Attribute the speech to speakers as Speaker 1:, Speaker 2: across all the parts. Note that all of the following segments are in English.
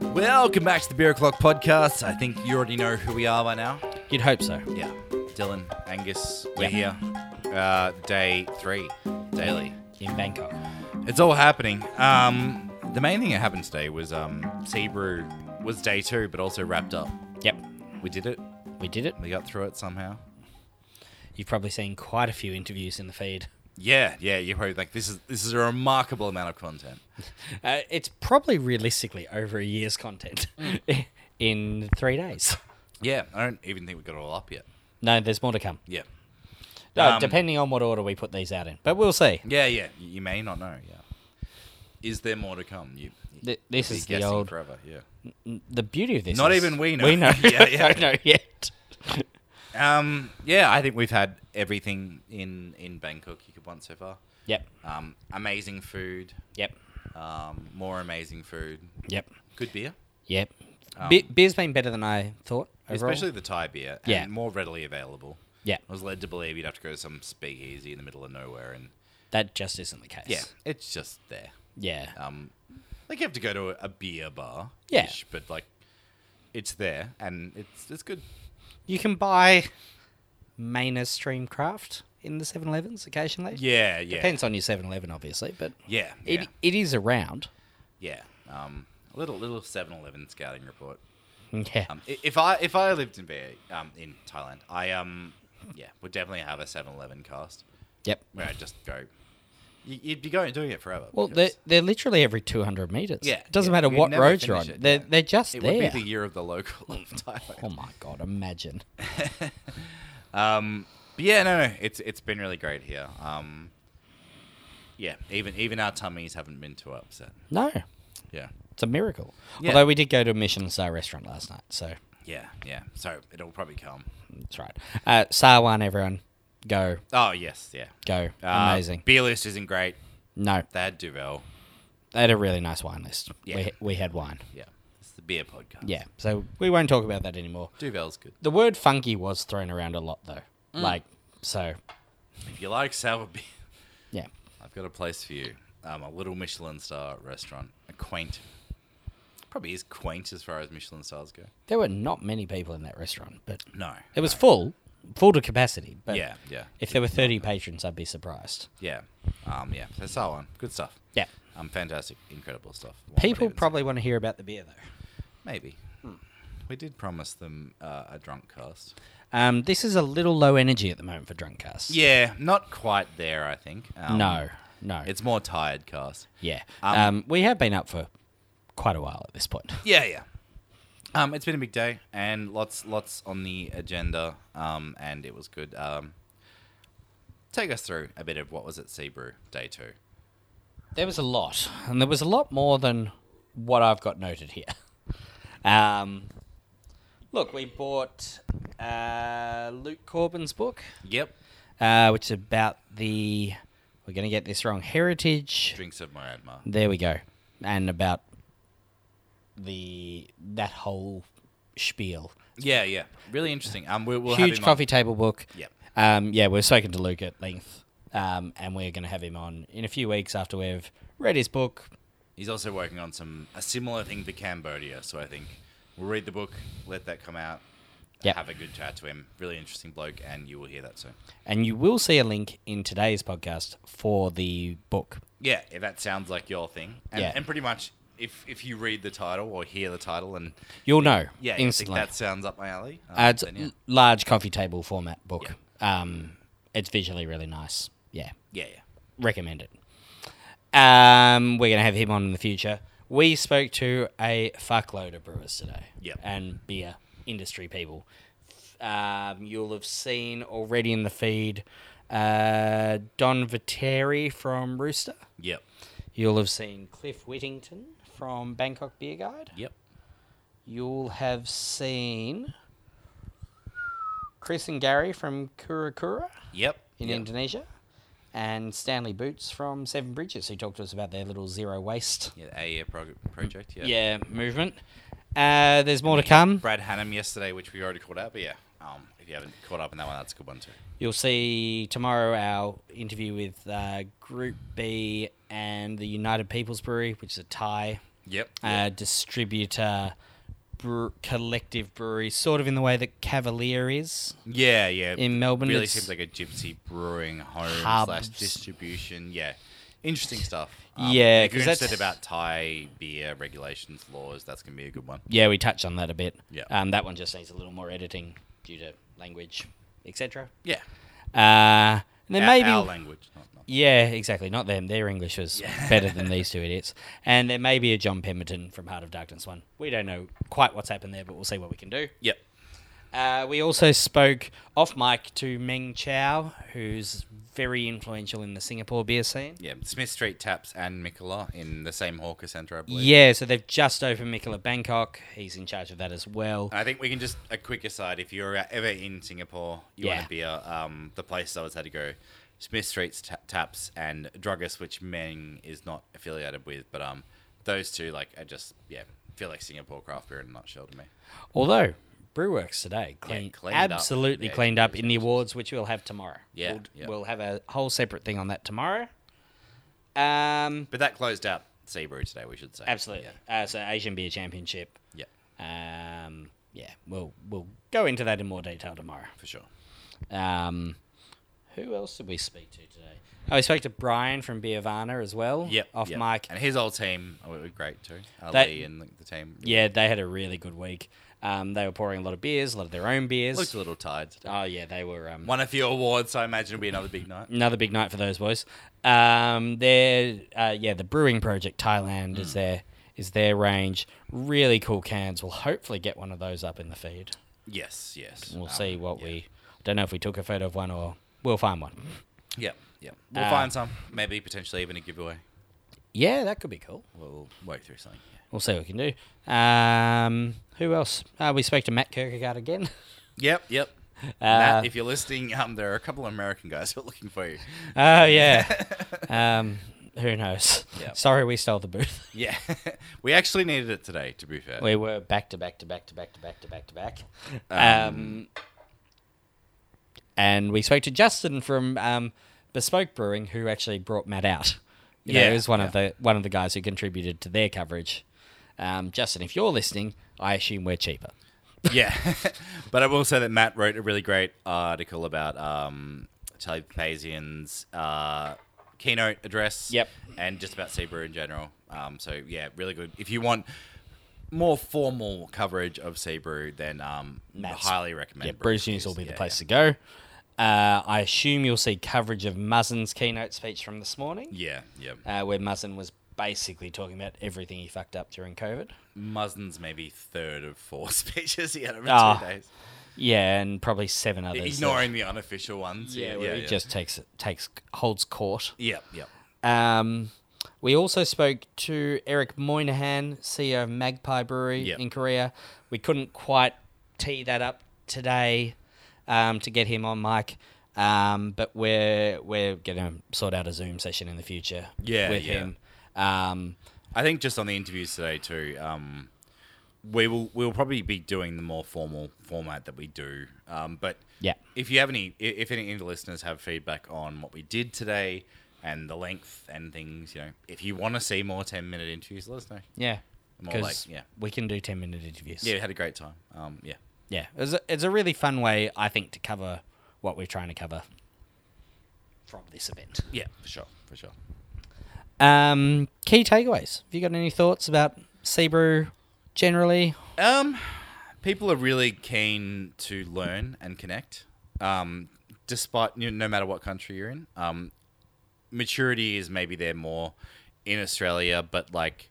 Speaker 1: Welcome back to the Beer O'Clock Podcast. I think you already know who we are by now.
Speaker 2: You'd hope so.
Speaker 1: Yeah. Dylan, Angus,
Speaker 2: Yeah.
Speaker 1: we're here. Uh, day three, daily.
Speaker 2: In Bangkok.
Speaker 1: It's all happening. Um, the main thing that happened today was um, Sea Brew was day two, but also wrapped up.
Speaker 2: Yep.
Speaker 1: We did it.
Speaker 2: We did it.
Speaker 1: We got through it somehow.
Speaker 2: You've probably seen quite a few interviews in the feed.
Speaker 1: Yeah, yeah. You're probably like, this is this is a remarkable amount of content.
Speaker 2: Uh, it's probably realistically over a year's content in three days.
Speaker 1: Yeah, I don't even think we got it all up yet.
Speaker 2: No, there's more to come.
Speaker 1: Yeah,
Speaker 2: No,
Speaker 1: Um,
Speaker 2: depending on what order we put these out in, but we'll see.
Speaker 1: yeah, yeah. y- You may not know. Yeah. Is there more to come? You. you
Speaker 2: Th- this
Speaker 1: be
Speaker 2: is the
Speaker 1: guessing
Speaker 2: old.
Speaker 1: forever. Yeah.
Speaker 2: The beauty of this.
Speaker 1: Not
Speaker 2: is
Speaker 1: even we know.
Speaker 2: We know.
Speaker 1: Yeah,
Speaker 2: yeah,
Speaker 1: yeah.
Speaker 2: Don't know yet.
Speaker 1: Um, yeah, I think we've had everything in in Bangkok you could want so far.
Speaker 2: Yep.
Speaker 1: Um, amazing food,
Speaker 2: Yep.
Speaker 1: um, more amazing food,
Speaker 2: Yep.
Speaker 1: good beer,
Speaker 2: Yep.
Speaker 1: Um,
Speaker 2: Be- beer's been better than I thought. Overall.
Speaker 1: especially the Thai beer, and
Speaker 2: Yeah.
Speaker 1: more readily available.
Speaker 2: Yeah.
Speaker 1: I was led to believe you'd have to go to some speakeasy in the middle of nowhere, and
Speaker 2: That just isn't the case.
Speaker 1: yeah, it's just there.
Speaker 2: Yeah.
Speaker 1: Um, like you have to go to a, a beer bar,
Speaker 2: Yeah.
Speaker 1: but like it's there and it's it's good.
Speaker 2: You can buy Mainer Streamcraft in the 7-Elevens occasionally.
Speaker 1: Yeah, yeah,
Speaker 2: Depends on your 7-Eleven, obviously, but
Speaker 1: yeah, yeah,
Speaker 2: it, it is around.
Speaker 1: yeah. Um, a little little Seven Eleven scouting report.
Speaker 2: Yeah.
Speaker 1: Um, i- if I if I lived in Bear, um, in Thailand, I um, yeah, would definitely have a 7-Eleven cast
Speaker 2: yep.
Speaker 1: where I just go. You, you'd be going doing it forever.
Speaker 2: Well, they're,
Speaker 1: because
Speaker 2: they're literally every 200 metres.
Speaker 1: Yeah,
Speaker 2: It doesn't
Speaker 1: yeah.
Speaker 2: matter
Speaker 1: You'd
Speaker 2: what
Speaker 1: never
Speaker 2: roads you're on.
Speaker 1: finish it,
Speaker 2: they're,
Speaker 1: yeah.
Speaker 2: they're just
Speaker 1: it
Speaker 2: there.
Speaker 1: would be the year of the local of Thailand.
Speaker 2: oh, my God. Imagine.
Speaker 1: Um, but yeah, no, no, it's it's been really great here. Um, yeah, even even our tummies haven't been too upset.
Speaker 2: No.
Speaker 1: Yeah,
Speaker 2: It's a miracle.
Speaker 1: Yeah.
Speaker 2: Although we did go to a Michelin star restaurant last night, so
Speaker 1: yeah, yeah. So it'll probably come.
Speaker 2: that's right. Uh, star one, everyone. Go.
Speaker 1: Oh yes, yeah.
Speaker 2: Go.
Speaker 1: Uh,
Speaker 2: Amazing.
Speaker 1: Beer list isn't great.
Speaker 2: No.
Speaker 1: They had Duvel.
Speaker 2: They had a really nice wine list.
Speaker 1: Yeah.
Speaker 2: We, we had wine.
Speaker 1: Yeah, it's the beer podcast.
Speaker 2: Yeah. So we won't talk about that anymore.
Speaker 1: Duvel's good.
Speaker 2: The word funky was thrown around a lot, though.
Speaker 1: Mm.
Speaker 2: Like, so,
Speaker 1: If you like sour beer,
Speaker 2: yeah.
Speaker 1: I've got a place for you. Um, a little Michelin star restaurant. A quaint. Probably is quaint as far as Michelin stars go.
Speaker 2: There were not many people in that restaurant, but
Speaker 1: No.
Speaker 2: it was full, full to capacity. But
Speaker 1: Yeah, yeah,
Speaker 2: if there were 30 patrons, I'd be surprised.
Speaker 1: yeah. Um, yeah. That's that one. Good stuff.
Speaker 2: Yeah.
Speaker 1: Um, fantastic, incredible stuff. One would
Speaker 2: People
Speaker 1: even say.
Speaker 2: probably want to hear about the beer, though.
Speaker 1: maybe. We did promise them uh, a drunk cast.
Speaker 2: Um, this is a little low energy at the moment for drunk cast.
Speaker 1: Yeah, not quite there. I think. Um,
Speaker 2: No, no.
Speaker 1: it's more tired cast.
Speaker 2: yeah.
Speaker 1: Um,
Speaker 2: Um, we have been up for quite a while at this point.
Speaker 1: Yeah, yeah. Um, it's been a big day and lots, lots on the agenda. Um, and it was good. Um, take us through a bit of what was at Seabrew day two.
Speaker 2: There was a lot, and there was a lot more than what I've got noted here. Um, look, we bought uh, Luke Corbin's book,
Speaker 1: Yep.
Speaker 2: uh, which is about the we're going to get this wrong heritage.
Speaker 1: Drinks of Moradma.
Speaker 2: There we go, and about the that whole spiel.
Speaker 1: Yeah, yeah. Really interesting. Um, we, we'll have
Speaker 2: Huge
Speaker 1: him on-
Speaker 2: coffee table book.
Speaker 1: Yep.
Speaker 2: Um, yeah, we've spoken to Luke at length, um, and we're going to have him on in a few weeks after we've read his book,
Speaker 1: He's also working on some a similar thing to Cambodia, so I think we'll read the book, let that come out,
Speaker 2: Yep.
Speaker 1: have a good chat to him. Really interesting bloke, and you will hear that soon.
Speaker 2: And you will see a link in today's podcast for the book.
Speaker 1: Yeah, if that sounds like your thing, and,
Speaker 2: Yeah.
Speaker 1: and pretty much if if you read the title or hear the title, and
Speaker 2: You'll know
Speaker 1: yeah, you think
Speaker 2: instantly.
Speaker 1: that sounds up my alley. um,
Speaker 2: Uh, it's
Speaker 1: then yeah.
Speaker 2: l- large coffee table format book. Um, it's visually really nice. Yeah,
Speaker 1: yeah,
Speaker 2: recommend it. Um, we're going to have him on in the future. We spoke to a fuckload of brewers today.
Speaker 1: Yep.
Speaker 2: And beer industry people. Um, you'll have seen already in the feed uh, Don Viteri from Rooster.
Speaker 1: yeah, yep,
Speaker 2: You'll have seen Cliff Whittington from Bangkok Beer Guide.
Speaker 1: yep,
Speaker 2: You'll have seen Chris and Gary from Kura Kura
Speaker 1: yep.
Speaker 2: in
Speaker 1: yep.
Speaker 2: Indonesia. And Stanley Boots from Seven Bridges, who talked to us about their little zero waste
Speaker 1: yeah, the AEF prog- project. Yeah. Um,
Speaker 2: yeah, movement. Uh, there's more to come.
Speaker 1: Brad Hannum yesterday, which we already caught up, but yeah, um, if you haven't caught up on that one, that's a good one too.
Speaker 2: You'll see tomorrow our interview with uh, Group B and the United People's Brewery, which is a Thai
Speaker 1: Yep.
Speaker 2: uh, distributor, bre- collective brewery, sort of in the way that Cavalier is.
Speaker 1: yeah, yeah.
Speaker 2: in Melbourne,
Speaker 1: really
Speaker 2: it's-
Speaker 1: seems like a gypsy brewing home slash
Speaker 2: Hubs.
Speaker 1: distribution. Yeah, interesting stuff. Um,
Speaker 2: Yeah,
Speaker 1: if you're
Speaker 2: 'cause that's-
Speaker 1: interested about Thai beer regulations laws, that's gonna be a good one.
Speaker 2: Yeah, we touched on that a bit.
Speaker 1: Yeah.
Speaker 2: Um, that one just needs a little more editing due to language, etc.
Speaker 1: Yeah,
Speaker 2: Uh, and then
Speaker 1: our,
Speaker 2: maybe
Speaker 1: our language. Not, not.
Speaker 2: Yeah, exactly. Not them. Their English was better than these two idiots. And there may be a John Pemberton from Heart of Darkness one. We don't know quite what's happened there, but we'll see what we can do.
Speaker 1: Yep.
Speaker 2: Uh, we also spoke off mic to Meng Chow, who's very influential in the Singapore beer scene.
Speaker 1: Yeah, Smith Street Taps and Mikola in the same hawker centre, I believe.
Speaker 2: Yeah, so they've just opened Mikola Bangkok. He's in charge of that as well.
Speaker 1: I think we can just a quick aside. If you're ever in Singapore, you want
Speaker 2: Yeah.
Speaker 1: a beer. Um, the places I always had to go, Smith Street's ta- Taps and Druggist, which Meng is not affiliated with, but um, those two like are just yeah feel like Singapore craft beer in a nutshell to me.
Speaker 2: Although Brewworks today clean,
Speaker 1: cleaned up.
Speaker 2: absolutely
Speaker 1: Yeah,
Speaker 2: cleaned up in the awards, which we'll have tomorrow.
Speaker 1: Yeah,
Speaker 2: we'll,
Speaker 1: yeah.
Speaker 2: we'll have a whole separate thing on that tomorrow. Um,
Speaker 1: But that closed out Sea Brew today, we should say.
Speaker 2: absolutely.
Speaker 1: Yeah.
Speaker 2: Uh, so Asian Beer Championship.
Speaker 1: Yeah,
Speaker 2: Um, yeah, we'll we'll go into that in more detail tomorrow.
Speaker 1: for sure.
Speaker 2: Oh, Um, who else did we speak to today? Oh, we spoke to Brian from Biavana as well.
Speaker 1: Yep.
Speaker 2: off
Speaker 1: yep.
Speaker 2: mic.
Speaker 1: And his old team were were great too. Uh,
Speaker 2: That-
Speaker 1: Lee and like, the team.
Speaker 2: Yeah, they had a really good week. Um, they were pouring a lot of beers, a lot of their own beers.
Speaker 1: Looked a little tired today.
Speaker 2: oh yeah, they were. Um,
Speaker 1: Won a few awards, so I imagine it'll be another big night.
Speaker 2: another big night for those boys. Um, their uh, yeah, the Brewing Project Thailand is their is their range. Really cool cans. We'll hopefully get one of those up in the feed.
Speaker 1: Yes, yes.
Speaker 2: We'll
Speaker 1: Um,
Speaker 2: see what
Speaker 1: yeah.
Speaker 2: we. Don't know if we took a photo of one or we'll find one.
Speaker 1: Yep, yep. We'll
Speaker 2: Uh,
Speaker 1: find some. Maybe potentially even a giveaway.
Speaker 2: Yeah, that could be cool.
Speaker 1: We'll work through something.
Speaker 2: We'll see what we can do. Um, who else? Uh, we spoke to Matt Kirkegaard again.
Speaker 1: Yep, yep.
Speaker 2: Uh,
Speaker 1: Matt, if you're listening, um, there are a couple of American guys who are looking for you.
Speaker 2: oh yeah. Um, who knows?
Speaker 1: Yep.
Speaker 2: Sorry, we stole the booth.
Speaker 1: Yeah, we actually needed it today. To be fair,
Speaker 2: We were back to back to back to back to back to back to back. Um,
Speaker 1: Um,
Speaker 2: and we spoke to Justin from um, Bespoke Brewing, who actually brought Matt out. You know,
Speaker 1: Yeah,
Speaker 2: he was one of
Speaker 1: yeah.
Speaker 2: the one of the guys who contributed to their coverage. Um, Justin, if you're listening, I assume we're cheaper.
Speaker 1: yeah. but I will say that Matt wrote a really great article about um, Charlie Pazian's uh, keynote address.
Speaker 2: Yep.
Speaker 1: And just about Seabrew in general. Um, so, yeah, really good. If you want more formal coverage of Seabrew, then um,
Speaker 2: Matt's-
Speaker 1: highly recommend
Speaker 2: Yeah,
Speaker 1: Brew
Speaker 2: Brews News will be the
Speaker 1: Yeah,
Speaker 2: place to go. Uh, I assume you'll see coverage of Muzzin's keynote speech from this morning,
Speaker 1: Yeah, yeah. yeah.
Speaker 2: uh, where Muzzin was basically talking about everything he fucked up during COVID.
Speaker 1: Muzzin's maybe third of four speeches he had over
Speaker 2: Ah,
Speaker 1: two days.
Speaker 2: Yeah, and probably seven others. that-
Speaker 1: Ignoring the unofficial ones.
Speaker 2: Yeah,
Speaker 1: Yeah,
Speaker 2: where
Speaker 1: yeah,
Speaker 2: he
Speaker 1: yeah.
Speaker 2: just takes takes holds court.
Speaker 1: Yep, yep.
Speaker 2: Um, we also spoke to Eric Moynihan, CEO of Magpie Brewery
Speaker 1: Yep.
Speaker 2: in Korea. We couldn't quite tee that up today um, to get him on mic, um, but we're we're gonna sort out a Zoom session in the future
Speaker 1: Yeah,
Speaker 2: with
Speaker 1: yeah.
Speaker 2: him. Um,
Speaker 1: I think just on the interviews today too, um, we will we will probably be doing the more formal format that we do. Um, but
Speaker 2: Yeah.
Speaker 1: if you have any, i- if any of the listeners have feedback on what we did today and the length and things, you know, if you want to see more ten minute interviews, let us know.
Speaker 2: yeah,
Speaker 1: More
Speaker 2: because
Speaker 1: like- yeah.
Speaker 2: we can do ten minute interviews.
Speaker 1: Yeah, we had a great time. Um, yeah,
Speaker 2: yeah. It's a, it's a really fun way, I think, to cover what we're trying to cover from this event.
Speaker 1: yeah, for sure, for sure.
Speaker 2: Um, key takeaways. Have you got any thoughts about Seabrew generally?
Speaker 1: Um, people are really keen to learn and connect. Um, despite you know, no matter what country you're in, um, maturity is maybe there more in Australia, but like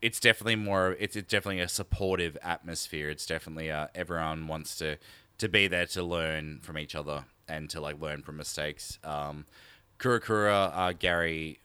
Speaker 1: it's definitely more. It's, it's definitely a supportive atmosphere. It's definitely uh, everyone wants to to be there to learn from each other and to like learn from mistakes. Um, Kura Kura, uh, Gary,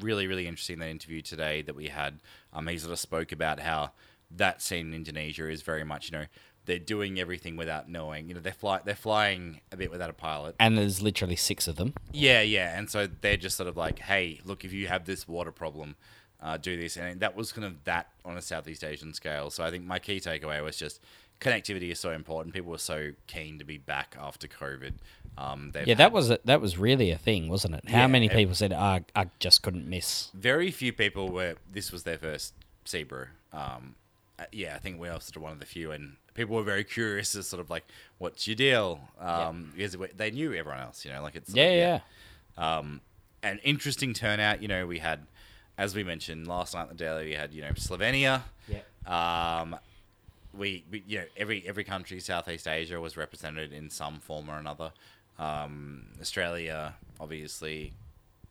Speaker 1: really really interesting that interview today that we had. Um, he sort of spoke about how that scene in Indonesia is very much you know they're doing everything without knowing. You know they're fly they're flying a bit without a pilot.
Speaker 2: And there's literally six of them.
Speaker 1: Yeah, yeah. And so they're just sort of like, hey, look, if you have this water problem, uh, do this. And that was kind of that on a Southeast Asian scale. So I think my key takeaway was just connectivity is so important. People were so keen to be back after COVID. Um, they've
Speaker 2: Yeah, that
Speaker 1: had-
Speaker 2: was a, that was really a thing, wasn't it? How
Speaker 1: Yeah,
Speaker 2: many
Speaker 1: it-
Speaker 2: people said, "Ah, I just couldn't miss."
Speaker 1: very few people were. This was their first sea brew. Um, uh, yeah, I think we are sort of one of the few, and people were very curious as sort of like, "What's your deal?" Um, because we- they knew everyone else, you know, like it's sort
Speaker 2: Yeah,
Speaker 1: of-
Speaker 2: yeah. yeah.
Speaker 1: an interesting turnout. You know, we had, as we mentioned last night, at the daily we had you know Slovenia.
Speaker 2: Yep.
Speaker 1: Um, we, we you know every every country Southeast Asia was represented in some form or another. Um, Australia, obviously,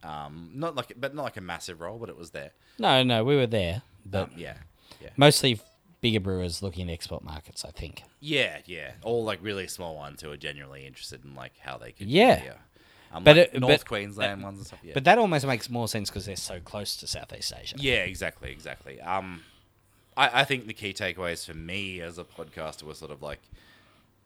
Speaker 1: um, not like but not like a massive role, but it was there.
Speaker 2: No, no, we were there, but
Speaker 1: Um, yeah, yeah,
Speaker 2: mostly bigger brewers looking at export markets. I think.
Speaker 1: yeah, yeah. All like really small ones who are genuinely interested in like how they could.
Speaker 2: Yeah.
Speaker 1: Um,
Speaker 2: But
Speaker 1: like
Speaker 2: it-
Speaker 1: North
Speaker 2: but-
Speaker 1: Queensland ones and stuff. Yeah.
Speaker 2: But that almost makes more sense because they're so close to Southeast Asia.
Speaker 1: Yeah, exactly, exactly. Um, I, I think the key takeaways for me as a podcaster were sort of like,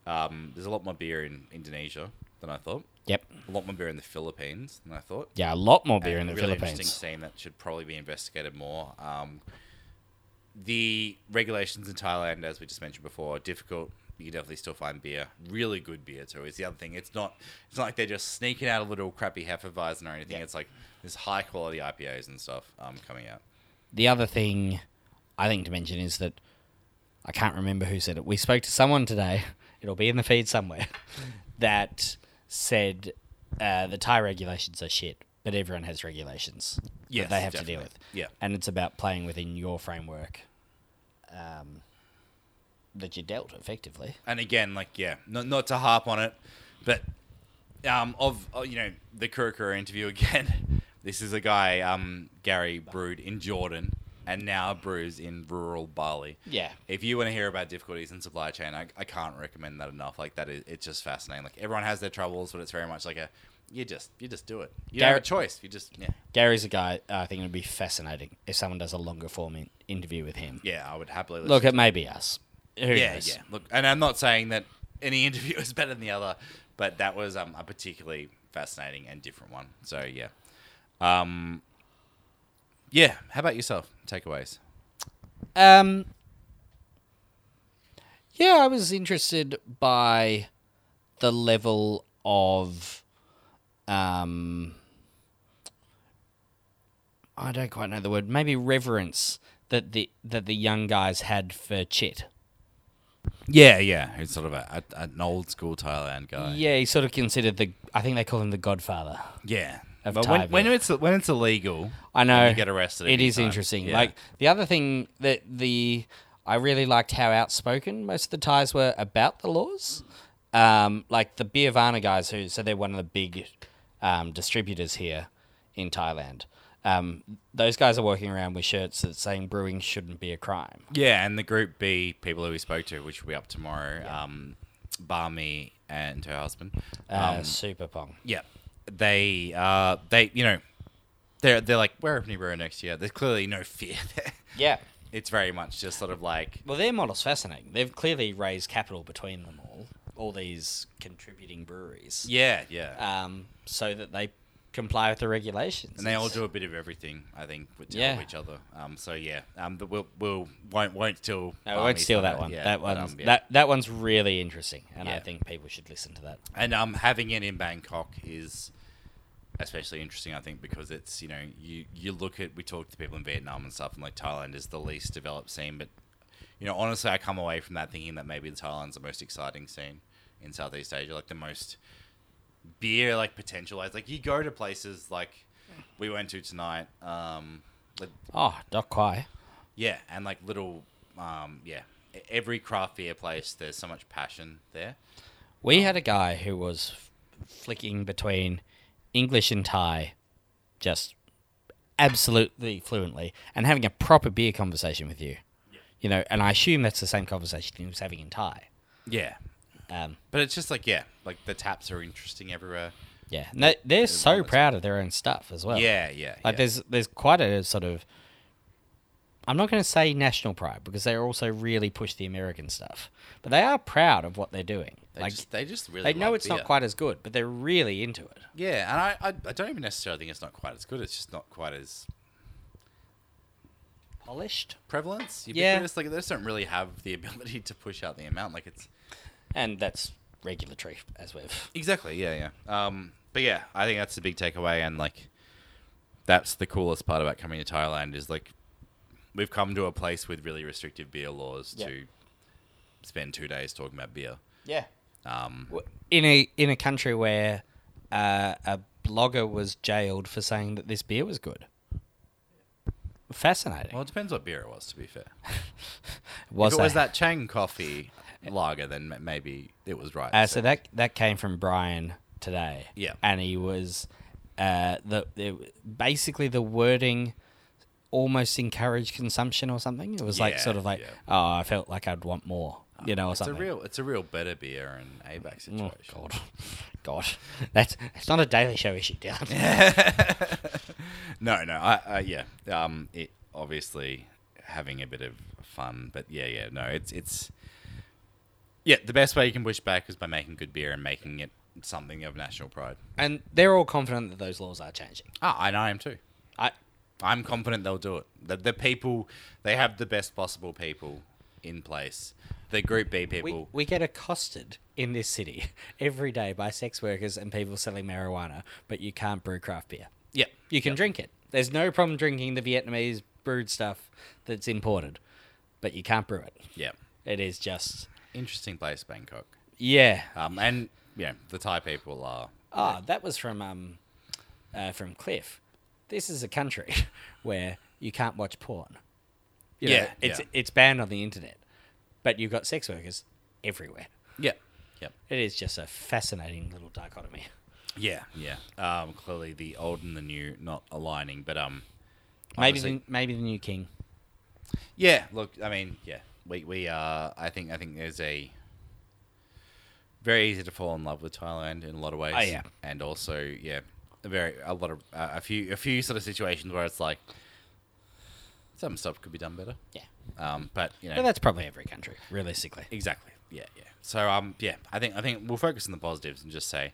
Speaker 1: um, there's a lot more beer in Indonesia than I thought.
Speaker 2: Yep.
Speaker 1: A lot more beer in the Philippines than I thought.
Speaker 2: Yeah, a lot more beer in
Speaker 1: And
Speaker 2: the
Speaker 1: really
Speaker 2: Philippines.
Speaker 1: Interesting scene that should probably be investigated more. Um, the regulations in Thailand, as we just mentioned before, are difficult. You can definitely still find beer, really good beer too. Is the other thing. It's not. It's not like they're just sneaking out a little crappy hefeweizen or anything.
Speaker 2: Yeah.
Speaker 1: It's like there's high quality IPAs and stuff um, coming out.
Speaker 2: The other thing I think to mention is that I can't remember who said it. We spoke to someone today. It'll be in the feed somewhere that said uh, the Thai regulations are shit, but everyone has regulations
Speaker 1: Yes,
Speaker 2: that they have to deal with.
Speaker 1: definitely. Yeah.
Speaker 2: and it's about playing within your framework um, that you're dealt effectively.
Speaker 1: and again, like yeah, not not to harp on it, but um, of uh, you know the Kurokura interview again. This is a guy um, Gary brewed in Jordan and now brews in rural Bali.
Speaker 2: Yeah.
Speaker 1: If you want to hear about difficulties in supply chain, I, I can't recommend that enough. Like that is it's just fascinating. Like everyone has their troubles, but it's very much like a you just you just do it. You don't have a
Speaker 2: Gary-
Speaker 1: choice. You just yeah
Speaker 2: Gary's a guy I think it would be fascinating if someone does a longer form in- interview with him.
Speaker 1: yeah. I would happily listen
Speaker 2: Look, it may be us. Who
Speaker 1: yeah,
Speaker 2: knows?
Speaker 1: yeah. Look, and I'm not saying that any interview is better than the other, but that was um, a particularly fascinating and different one. So yeah, um, yeah. How about yourself? Takeaways?
Speaker 2: Um, yeah, I was interested by the level of. Um, I don't quite know the word. Maybe reverence that the that the young guys had for Chit.
Speaker 1: Yeah, yeah. He's sort of a, a, an old school Thailand guy. Yeah,
Speaker 2: Yeah, he sort of considered the. I think they call him the Godfather. Of
Speaker 1: But when,
Speaker 2: Thai
Speaker 1: when
Speaker 2: beer.
Speaker 1: it's when it's illegal,
Speaker 2: I know
Speaker 1: you get arrested.
Speaker 2: It
Speaker 1: every
Speaker 2: is
Speaker 1: time.
Speaker 2: interesting.
Speaker 1: Yeah.
Speaker 2: Like the other thing that the I really liked how outspoken most of the Thais were about the laws. Um, like the Biavana guys, who so they're one of the big um, distributors here in Thailand. Um, those guys are walking around with shirts that saying brewing shouldn't be a crime.
Speaker 1: Yeah, and the group B people who we spoke to, which will be up tomorrow, um, Barmy and her husband.
Speaker 2: Uh, super pong.
Speaker 1: Yeah, they uh they you know they're they're like we're opening Bureau next year. There's clearly no fear. there.
Speaker 2: Yeah.
Speaker 1: it's very much just sort of like
Speaker 2: Well, their model's fascinating. They've clearly raised capital between them all, all these contributing breweries,
Speaker 1: yeah yeah,
Speaker 2: um, so that they comply with the regulations.
Speaker 1: and they all
Speaker 2: It's-
Speaker 1: do a bit of everything. I think with to
Speaker 2: Yeah.
Speaker 1: help each other. Um, so yeah, um, but we'll we'll won't won't till
Speaker 2: No, I won't
Speaker 1: Barmy
Speaker 2: steal
Speaker 1: Sunday.
Speaker 2: that one.
Speaker 1: Yeah,
Speaker 2: that
Speaker 1: but,
Speaker 2: one's
Speaker 1: um, yeah.
Speaker 2: that, that one's really interesting, and I
Speaker 1: Yeah.
Speaker 2: think people should listen to that.
Speaker 1: and um having it in Bangkok is. Especially interesting, I think, because it's you know you you look at we talk to people in Vietnam and stuff, and like Thailand is the least developed scene, but you know, honestly, I come away from that thinking that maybe the Thailand's the most exciting scene in Southeast Asia, like the most beer like potentialized. Like you go to places like we went to tonight, um, like,
Speaker 2: Oh, Doc Quai.
Speaker 1: yeah, and like little, um, yeah, e- every craft beer place. There's so much passion there.
Speaker 2: We had a guy who was f- flicking between English and Thai, just absolutely fluently, and having a proper beer conversation with you. You know, and I assume that's the same conversation he was having in Thai.
Speaker 1: Yeah,
Speaker 2: Um,
Speaker 1: but it's just like yeah, like the taps are interesting everywhere.
Speaker 2: yeah, and they, they're so
Speaker 1: that's-
Speaker 2: proud of their own stuff as well.
Speaker 1: yeah, yeah,
Speaker 2: Like
Speaker 1: yeah.
Speaker 2: there's there's quite a sort of I'm not going to say national pride because they also really push the American stuff, but they are proud of what they're doing.
Speaker 1: They
Speaker 2: like
Speaker 1: just, they just really
Speaker 2: they know
Speaker 1: love uh,
Speaker 2: it's
Speaker 1: beer.
Speaker 2: not quite as good, but they're really into it.
Speaker 1: Yeah, and I, I, I don't even necessarily think it's not quite as good. It's just not quite as
Speaker 2: abolished.
Speaker 1: prevalence.
Speaker 2: Yeah.
Speaker 1: Ubiquitous. Like they just don't really have the ability to push out the amount. Like it's
Speaker 2: And that's regulatory, as we've.
Speaker 1: exactly yeah yeah. Um, but yeah, I think that's the big takeaway, and like that's the coolest part about coming to Thailand is like we've come to a place with really restrictive beer laws
Speaker 2: Yeah.
Speaker 1: to spend two days talking about beer.
Speaker 2: Yeah.
Speaker 1: Um,
Speaker 2: In a in a country where uh, a blogger was jailed for saying that this beer was good. Fascinating.
Speaker 1: well, it depends what beer it was. To be fair,
Speaker 2: was,
Speaker 1: if it was
Speaker 2: that?
Speaker 1: that Chang coffee lager, then ma- maybe it was right.
Speaker 2: Uh, so that that came from Brian today.
Speaker 1: Yeah.
Speaker 2: and he was uh, the, the basically the wording almost encouraged consumption or something. It was like
Speaker 1: Yeah,
Speaker 2: sort of like,
Speaker 1: yeah. Oh,
Speaker 2: oh, I felt like I'd want more, you know, or
Speaker 1: it's a
Speaker 2: something.
Speaker 1: real, it's a real better beer and ABAC
Speaker 2: oh
Speaker 1: situation.
Speaker 2: God, God, that's it's not a Daily Show issue, Dylan.
Speaker 1: No, no, I, I yeah. Um, it obviously having a bit of fun, but yeah, yeah, no, it's it's yeah. The best way you can push back is by making good beer and making it something of national pride.
Speaker 2: And they're all confident that those laws are changing.
Speaker 1: Ah, and I am too.
Speaker 2: I
Speaker 1: I'm confident they'll do it. The, the people they have the best possible people in place. The Group B
Speaker 2: we,
Speaker 1: people.
Speaker 2: we get accosted in this city every day by sex workers and people selling marijuana, but you can't brew craft beer.
Speaker 1: yeah,
Speaker 2: You can drink it. There's no problem drinking the Vietnamese brewed stuff that's imported, but you can't brew it.
Speaker 1: yeah.
Speaker 2: It is just
Speaker 1: Interesting place, Bangkok.
Speaker 2: yeah.
Speaker 1: Um, and yeah, the Thai people are.
Speaker 2: Ah, that was from um, uh, from Cliff. This is a country where you can't watch porn. You know,
Speaker 1: Yeah,
Speaker 2: it's
Speaker 1: yeah.
Speaker 2: it's banned on the internet, but you've got sex workers everywhere.
Speaker 1: Yeah, yeah.
Speaker 2: It is just a fascinating little dichotomy.
Speaker 1: Yeah, yeah. Um, clearly the old and the new not aligning, but um,
Speaker 2: Maybe
Speaker 1: obviously-
Speaker 2: the, maybe the new king.
Speaker 1: yeah. Look, I mean, yeah. We we uh, I think I think there's a very easy to fall in love with Thailand in a lot of ways.
Speaker 2: Oh, yeah.
Speaker 1: and also yeah, a very a lot of uh, a few a few sort of situations where it's like some stuff could be done better.
Speaker 2: Yeah,
Speaker 1: Um, but you know,
Speaker 2: but that's probably every country, realistically.
Speaker 1: exactly. Yeah, yeah. So um, yeah. I think I think we'll focus on the positives and just say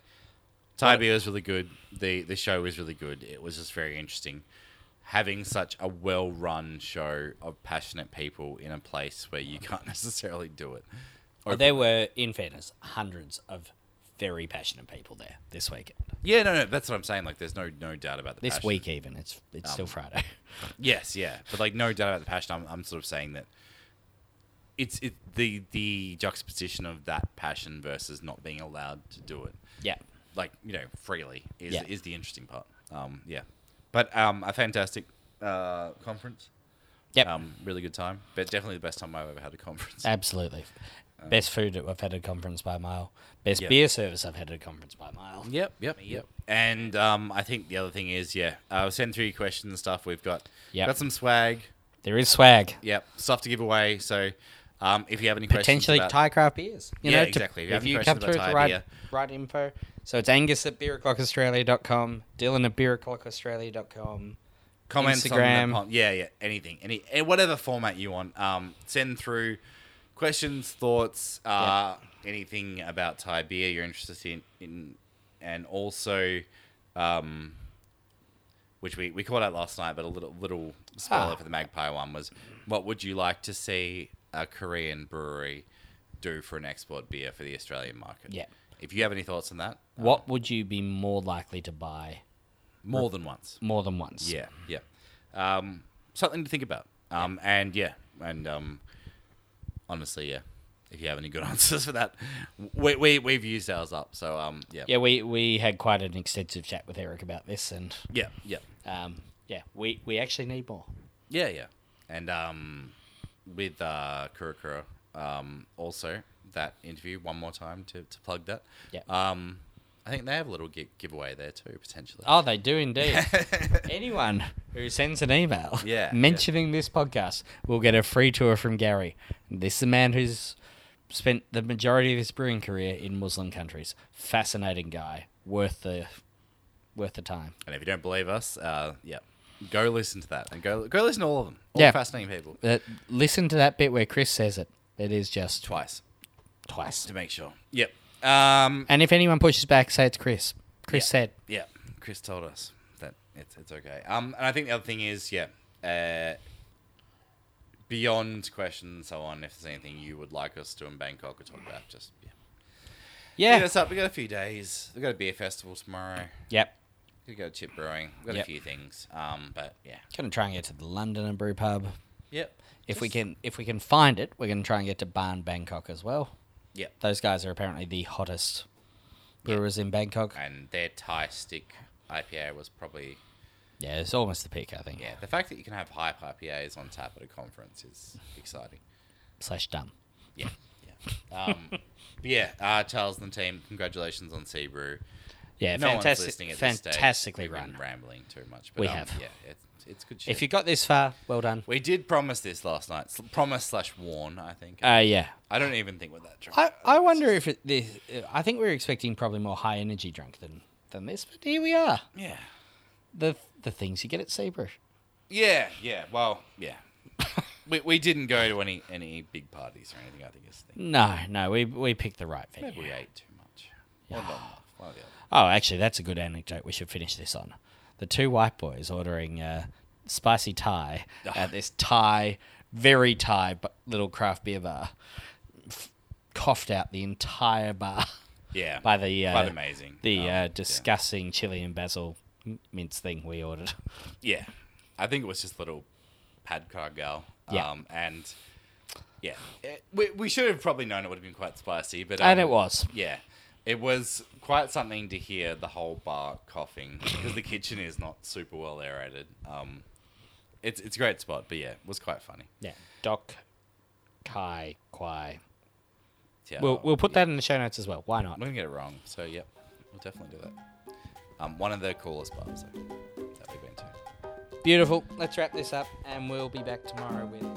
Speaker 1: Thai beer was really good. The the show was really good. It was just very interesting having such a well run show of passionate people in a place where you can't necessarily do it. Or,
Speaker 2: There were, in fairness, hundreds of very passionate people there this weekend.
Speaker 1: yeah, no, no, that's what I'm saying. Like, there's no no doubt about the
Speaker 2: This
Speaker 1: passion.
Speaker 2: week, even it's it's
Speaker 1: Um,
Speaker 2: still Friday.
Speaker 1: Yes, yeah, but like no doubt about the passion. I'm, I'm sort of saying that it's it the the juxtaposition of that passion versus not being allowed to do it.
Speaker 2: yeah,
Speaker 1: like you know freely is
Speaker 2: Yeah.
Speaker 1: is the interesting part. Um, yeah, but um, a fantastic uh, conference.
Speaker 2: yep, Uh,
Speaker 1: Um, really good time, but definitely the best time I've ever had a conference.
Speaker 2: absolutely. Best food I've had at a conference by a mile. Best
Speaker 1: Um, Yeah.
Speaker 2: beer service I've had at a conference by a mile.
Speaker 1: Yep, yep, yep. And um, I think the other thing is, yeah, uh, send through your questions and stuff. We've got
Speaker 2: Yep.
Speaker 1: got some swag.
Speaker 2: There is swag.
Speaker 1: Yep, stuff to give away. So um, if you have any questions,
Speaker 2: Potentially
Speaker 1: about-
Speaker 2: Thai craft beers. You
Speaker 1: Yeah,
Speaker 2: know, to-
Speaker 1: exactly. If you have
Speaker 2: If
Speaker 1: any
Speaker 2: you
Speaker 1: questions
Speaker 2: come through with
Speaker 1: about
Speaker 2: the
Speaker 1: Thai
Speaker 2: right,
Speaker 1: beer.
Speaker 2: right info. So it's angus at beeroclockaustralia.com, Dylan at beeroclockaustralia.com.
Speaker 1: comments on
Speaker 2: Instagram.
Speaker 1: the, pon- yeah yeah anything any eh, whatever format you want um send through questions thoughts uh anything about thai beer you're interested in, in and also um which we, we called out last night but a little little spoiler
Speaker 2: Ah.
Speaker 1: for the magpie one was what would you like to see a korean brewery do for an export beer for the australian market
Speaker 2: Yeah.
Speaker 1: if you have any thoughts on that uh,
Speaker 2: What would you be more likely to buy
Speaker 1: more than once
Speaker 2: more than once?
Speaker 1: yeah, yeah.
Speaker 2: Mm.
Speaker 1: Um, something to think about. Um, and yeah, and um, honestly, yeah. If you have any good answers for that, we, we we've used ours up. So um, yeah,
Speaker 2: Yeah, we, we had quite an extensive chat with Eric about this, and
Speaker 1: yeah, yeah,
Speaker 2: um, yeah, we, we actually need more.
Speaker 1: yeah, yeah. And um, with uh, Kurakura, um, also that interview one more time to, to plug that.
Speaker 2: Yeah.
Speaker 1: Um, I think they have a little gi- giveaway there too potentially.
Speaker 2: Oh, they do indeed. Anyone who sends an email
Speaker 1: Yeah,
Speaker 2: mentioning this podcast will get a free tour from Gary. This is a man who's spent the majority of his brewing career in Muslim countries. Fascinating guy, worth the worth the time.
Speaker 1: And if you don't believe us, uh, yeah, go listen to that and go go listen to all of them. All
Speaker 2: Yeah.
Speaker 1: fascinating people.
Speaker 2: Uh, listen to that bit where Chris says it. It is just
Speaker 1: Twice.
Speaker 2: twice.
Speaker 1: to make sure. Yep. Um.
Speaker 2: And if anyone pushes back, say it's Chris. Chris
Speaker 1: Yeah.
Speaker 2: said.
Speaker 1: Yeah. Chris told us that it's it's okay. Um. And I think the other thing is, yeah. Uh, beyond questions and so on, if there's anything you would like us to in Bangkok or talk about, just yeah.
Speaker 2: Yeah.
Speaker 1: Hit us up. We got a few days. We got a beer festival tomorrow.
Speaker 2: Yep.
Speaker 1: We got chip brewing. We got
Speaker 2: Yep.
Speaker 1: a few things. Um, but yeah.
Speaker 2: Gonna try and get to the Londoner Brew Pub.
Speaker 1: Yep.
Speaker 2: If we
Speaker 1: Just-
Speaker 2: can if we can find it, we're gonna try and get to Barn Bangkok as well.
Speaker 1: Yep.
Speaker 2: Those guys are apparently the hottest brewers in Bangkok.
Speaker 1: And their Thai stick IPA was probably
Speaker 2: Yeah, it's almost the peak, I think.
Speaker 1: yeah. The fact that you can have hype IPAs on tap at a conference is exciting.
Speaker 2: Slash dumb.
Speaker 1: Yeah. Yeah. Um, but yeah. Uh, Charles and the team, congratulations on Seabrew.
Speaker 2: Yeah,
Speaker 1: no one's
Speaker 2: fantastic,
Speaker 1: listening at this stage.
Speaker 2: fantastically
Speaker 1: We've been
Speaker 2: run.
Speaker 1: rambling too much. But,
Speaker 2: We
Speaker 1: um,
Speaker 2: have.
Speaker 1: Yeah, it's, it's good shit.
Speaker 2: If you got this far, well done.
Speaker 1: we did promise this last night. S- Promise slash warn, I think.
Speaker 2: Uh, yeah.
Speaker 1: I don't even think what that. drunk-
Speaker 2: I, I wonder if it, the, I think we were expecting probably more high energy drunk than than this, but here we are.
Speaker 1: Yeah.
Speaker 2: The the things you get at Sabre.
Speaker 1: Yeah. Yeah. Well. Yeah. we, we didn't go to any any big parties or anything. I think is the thing.
Speaker 2: No, no, we we picked the right
Speaker 1: Maybe
Speaker 2: venue.
Speaker 1: we ate too much. Or not enough. One or the other.
Speaker 2: Oh, actually, that's a good anecdote. We should finish this on. The two white boys ordering uh, spicy Thai at this Thai, very Thai, but little craft beer bar, f- coughed out the entire bar
Speaker 1: Yeah.
Speaker 2: by the uh,
Speaker 1: Quite amazing.
Speaker 2: the
Speaker 1: Um,
Speaker 2: uh,
Speaker 1: yeah.
Speaker 2: disgusting chili and basil m- mince thing we ordered.
Speaker 1: Yeah. I think it was just little pad car girl.
Speaker 2: Yeah.
Speaker 1: Um, and yeah, It- Eh, we, we should have probably known it would have been quite spicy, but.
Speaker 2: And
Speaker 1: um,
Speaker 2: it was.
Speaker 1: Yeah. It was quite something to hear the whole bar coughing because the kitchen is not super well aerated. Um, it's, it's a great spot, but yeah, it was quite funny.
Speaker 2: Yeah. Doc Kai Kwai.
Speaker 1: Yeah,
Speaker 2: We'll, we'll put that in the show notes as well. Why not?
Speaker 1: We can get it wrong, so yep, we'll definitely do that. Um, one of the coolest bars I think, that we've been to.
Speaker 2: Beautiful. Let's wrap this up and we'll be back tomorrow with.